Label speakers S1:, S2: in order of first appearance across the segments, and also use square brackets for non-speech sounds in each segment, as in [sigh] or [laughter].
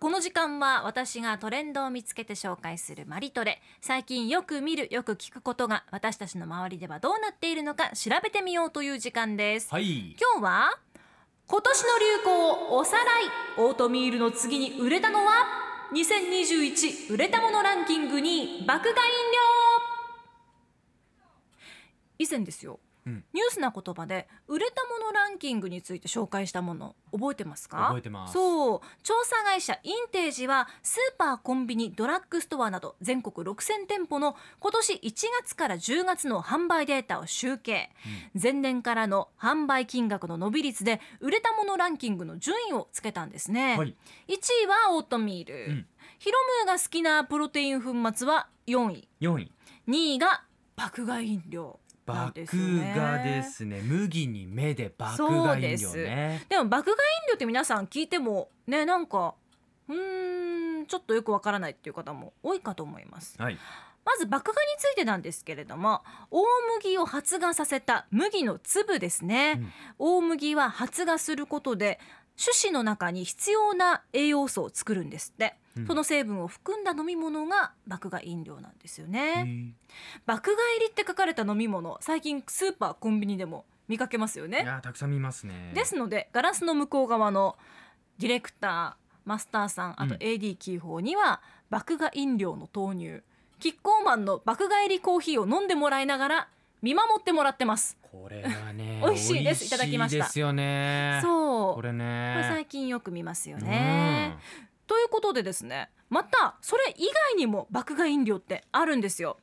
S1: この時間は私がトレンドを見つけて紹介するマリトレ最近よく見るよく聞くことが私たちの周りではどうなっているのか調べてみようという時間です、
S2: はい。
S1: 今日は今年の流行をおさらいオートミールの次に売れたのは2021売れたものランキングに爆買い飲料以前ですよ、
S2: うん
S1: ニュースな言葉で売れたものランキングについて紹介したもの覚えてますか
S2: 覚えてます
S1: そう調査会社インテージはスーパーコンビニドラッグストアなど全国6000店舗の今年1月から10月の販売データを集計、前年からの販売金額の伸び率で売れたものランキングの順位をつけたんですね、
S2: はい。
S1: 1位はオートミール、
S2: うん
S1: ヒロムーが好きなプロテイン粉末は4位
S2: 四位。
S1: 2位が爆買い飲料なん
S2: 爆
S1: ですね
S2: がですね。麦に目で爆が飲料
S1: そう
S2: ね。
S1: でも爆買い飲料って皆さん聞いてもねなんかうーんちょっとよくわからないっていう方も多いかと思います
S2: はい。
S1: まず麦芽についてなんですけれども大麦を発芽させた麦の粒ですね、
S2: うん
S1: 大麦は発芽することで種子の中に必要な栄養素を作るんですって、
S2: うん
S1: その成分を含んだ飲み物が麦芽飲料なんですよ
S2: へ
S1: ね、
S2: ー
S1: 麦芽入りって書かれた飲み物最近スーパーコンビニでも見かけますよね
S2: いやーたくさん見ますね。
S1: ですのでガラスの向こう側のディレクターマスターさんあと
S2: うん
S1: AD キーホーには麦芽飲料の投入、キッコーマンの麦芽入りコーヒーを飲んでもらいながら見守ってもらってます、
S2: これはね
S1: 美味しいです
S2: 美味
S1: いただきました
S2: ですよね
S1: そう
S2: こ
S1: これ
S2: れね
S1: 最近よく見ますよね、ということでですねまたそれ以外にも麦芽飲料ってあるんですよ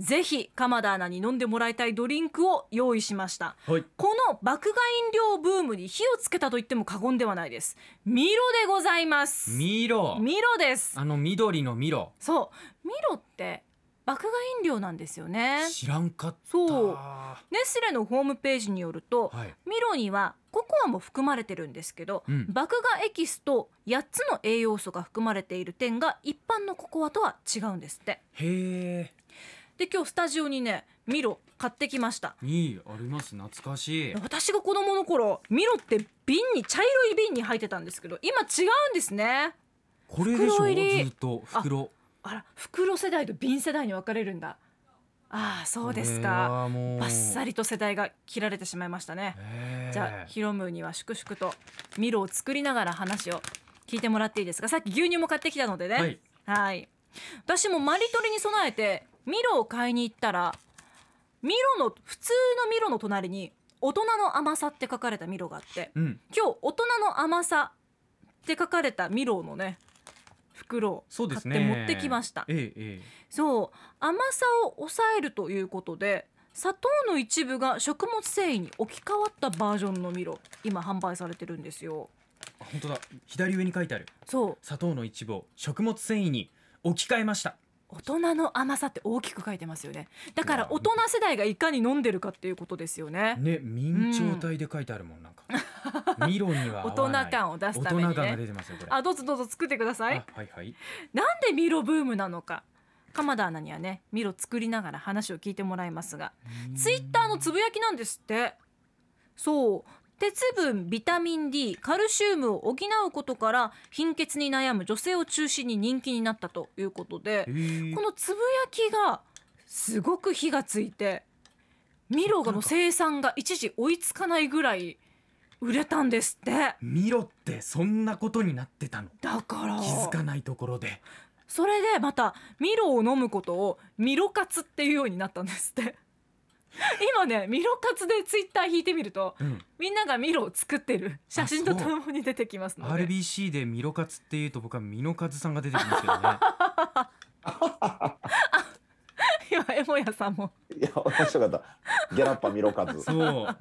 S1: ぜひ鎌田アナに飲んでもらいたいドリンクを用意しました
S2: うんはい
S1: この爆買い飲料ブームに火をつけたと言っても過言ではないですミロでございますミ
S2: ミ
S1: ロ
S2: ロ
S1: です
S2: あの緑のミロ
S1: そうミロって爆買い飲料なんですよね
S2: 知らんかった
S1: そう
S2: は
S1: ネスレのホームページによると
S2: い
S1: ミロにはココアも含まれてるんですけど、
S2: うん
S1: 麦芽エキスと8つの栄養素が含まれている点が一般のココアとは違うんですって
S2: へ
S1: で今日スタジオにねミロ買ってきました
S2: えいいあります懐かしい
S1: 私が子供の頃ミロって瓶に茶色い瓶に入ってたんですけど今違うんですね
S2: これでしょ
S1: 袋入り
S2: ずっと袋
S1: あら袋世代と瓶世代に分かれるんだああそうですかバッサ
S2: リ
S1: リと世代が切られてしまいましたねじゃあヒロムーには粛々とミロを作りながら話を聞いてもらっていいですかさっき牛乳も買ってきたのでね
S2: はい
S1: はい私もマリトレに備えてミロを買いに行ったらミロの普通のミロの隣に大人の甘さって書かれたミロがあって
S2: うん
S1: 今日大人の甘さって書かれたミローのね袋を
S2: そう
S1: 買
S2: で
S1: っ
S2: す
S1: て
S2: ね
S1: 持ってきましたそう,、
S2: ええええ
S1: 甘さを抑えるということで砂糖の一部が食物繊維に置き換わったバージョンのミロ今販売されてるんですよ
S2: あ本当だ左上に書いてある
S1: そう
S2: 砂糖の一部を食物繊維に置き換えました
S1: 大人の甘さって大きく書いてますよねだか
S2: う
S1: ら
S2: わ
S1: 大人世代がいかに飲んでるかっていうことですよね
S2: ね明朝体で書いてあるもんなん
S1: [laughs]
S2: かミロには
S1: 大
S2: 合わない
S1: 人感を出すため
S2: 大
S1: に
S2: 人感が
S1: ね
S2: 出てますよこれ
S1: あどうぞどうぞ作ってください
S2: あはいはい
S1: なんでミロブームなのか鎌田アナにはねミロ作りながら話を聞いてもらいますがツイッターのつぶやきなんですってそう鉄分ビタミン D カルシウムを補うことから貧血に悩む女性を中心に人気になったということで
S2: へえ
S1: このつぶやきがすごく火がついてミロの生産が一時追いつかないぐらい売れたんですって
S2: ミロってそんなことになってたの
S1: だから
S2: 気づかないところで
S1: それでまたミロを飲むことをミロ活っていうようになったんですって今ねミロ活でツイッター引いてみると
S2: うん
S1: みんながミロを作ってる写真と
S2: あ
S1: と
S2: そう
S1: もに出てきますので
S2: RBC でミロカツっていうと僕はミノカズさんが出てきますけどね
S1: 今エモヤさんも
S3: いや、面白かった。ギャラッパミロカ
S1: [laughs]
S3: ズ。
S2: そう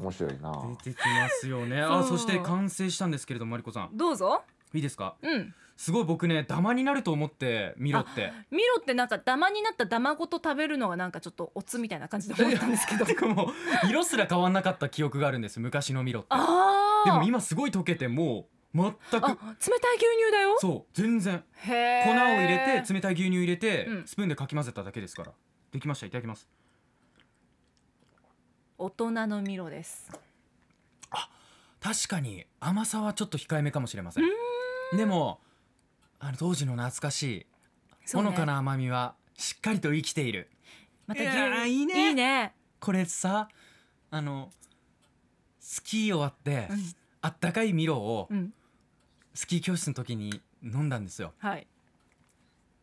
S3: 面白いな。
S2: 出てきますよねあ
S1: そ
S2: そうして完成したんですけれどもマリコさん
S1: どうぞ
S2: いいですか
S1: うん
S2: すごい僕ねダマになると思ってミロって
S1: ミロってなんかダマになったダマごと食べるのがなんかちょっとおつみたいな感じで思ったん
S2: [laughs]
S1: ですけど
S2: てかもう色すら変わんなかった記憶があるんです昔のミロって
S1: あ
S2: で
S1: ー
S2: も今すごい溶けてもう全
S1: あ
S2: く
S1: 冷たい牛乳だよ
S2: そう全然
S1: へー
S2: 粉を入れて冷たい牛乳入れて
S1: うん
S2: スプーンでかき混ぜただけですからできましたいただきます
S1: 大人のミロです
S2: 確かに甘さはちょっと控えめかもしれません
S1: うー
S2: でもあの当時の懐かしい
S1: そ
S2: ほ
S1: うね
S2: のかな甘みはしっかりと生きている
S1: また牛
S2: いやーいいね
S1: いいね
S2: これさあのスキー終わって、
S1: うん
S2: あったかいミロを
S1: うん
S2: スキー教室の時に飲んだんですよ [laughs]
S1: はい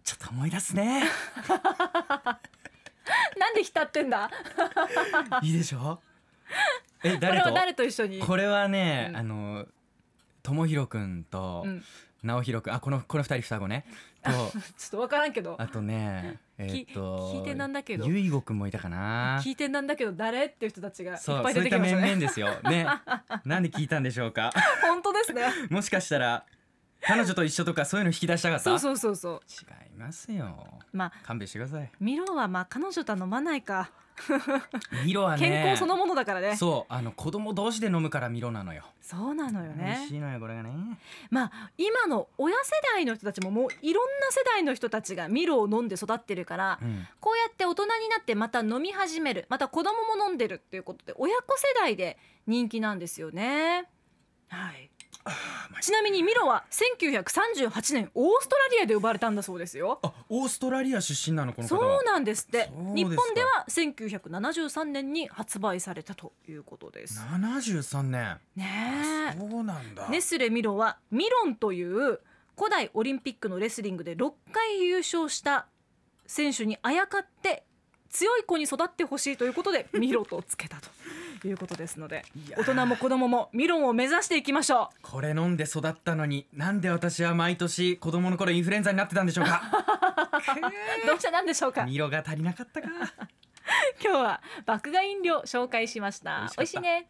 S2: ちょっと思い出
S1: [laughs]
S2: すね
S1: なんで浸ってんだ
S2: いいでしょえ
S1: これ
S2: 誰と
S1: は誰と一緒に
S2: これはね、
S1: うん
S2: あの智弘くんと
S1: うん、ちょ
S2: 直弘くんあこのこの二人双子ねと
S1: っとわからんけど
S2: あ
S1: [laughs]
S2: とねえーっと
S1: 聞いてなんだけど
S2: ゆいごくんもいたかな
S1: 聞いてなんだけど誰っていう人たちがいっ
S2: そう
S1: ぱい
S2: そ
S1: 出
S2: うい
S1: て
S2: っ
S1: きま
S2: た
S1: し [laughs]
S2: 面
S1: たね
S2: 々ですよねなんで聞いたんでしょうか
S1: 本当ですね
S2: もしかしたら彼女と一緒とかそういうの引き出したかった
S1: そうそうそうそう
S2: 違いますよ
S1: まあ
S2: 勘弁してください
S1: ミロはまあ彼女とは飲まないか
S2: ミロはね
S1: 健康そのものだからねそう
S2: そうあの子供同士で飲むからミロなのよ
S1: なのよ
S2: 美味
S1: ね
S2: しいのよこれがね
S1: まあ今の親世代の人たちももういろんな世代の人たちがミロを飲んで育ってるから
S2: うん
S1: こうやって大人になってまた飲み始めるまた子供も飲んでるっていうことで親子世代で人気なんですよねはいちなみにミロは1938年オーストラリアで生まれたんだそうですよ
S2: あオーストラリア出身なのこの方は
S1: そうなんですって
S2: そう
S1: 日
S2: ですか
S1: 本では1973年に発売されたということです
S2: 73年、
S1: ね
S2: そうなんだ
S1: えネスレミロはミロンという古代オリンピックのレスリングで6回優勝した選手にあやかって強い子に育ってほしいということでミロとつけたということですの
S2: [laughs]
S1: で
S2: いや
S1: 大人も子供もミロンを目指していきましょ
S2: これ飲んで育ったのになんで私は毎年子供の頃インフルエンザになってたんでしょう
S1: [laughs]
S2: か
S1: うどうしてなんでしょうか
S2: ミロが足りなかったか
S1: 今日は爆買い飲料紹介しました美
S2: 美
S1: 味
S2: 味
S1: しい
S2: しかった
S1: ね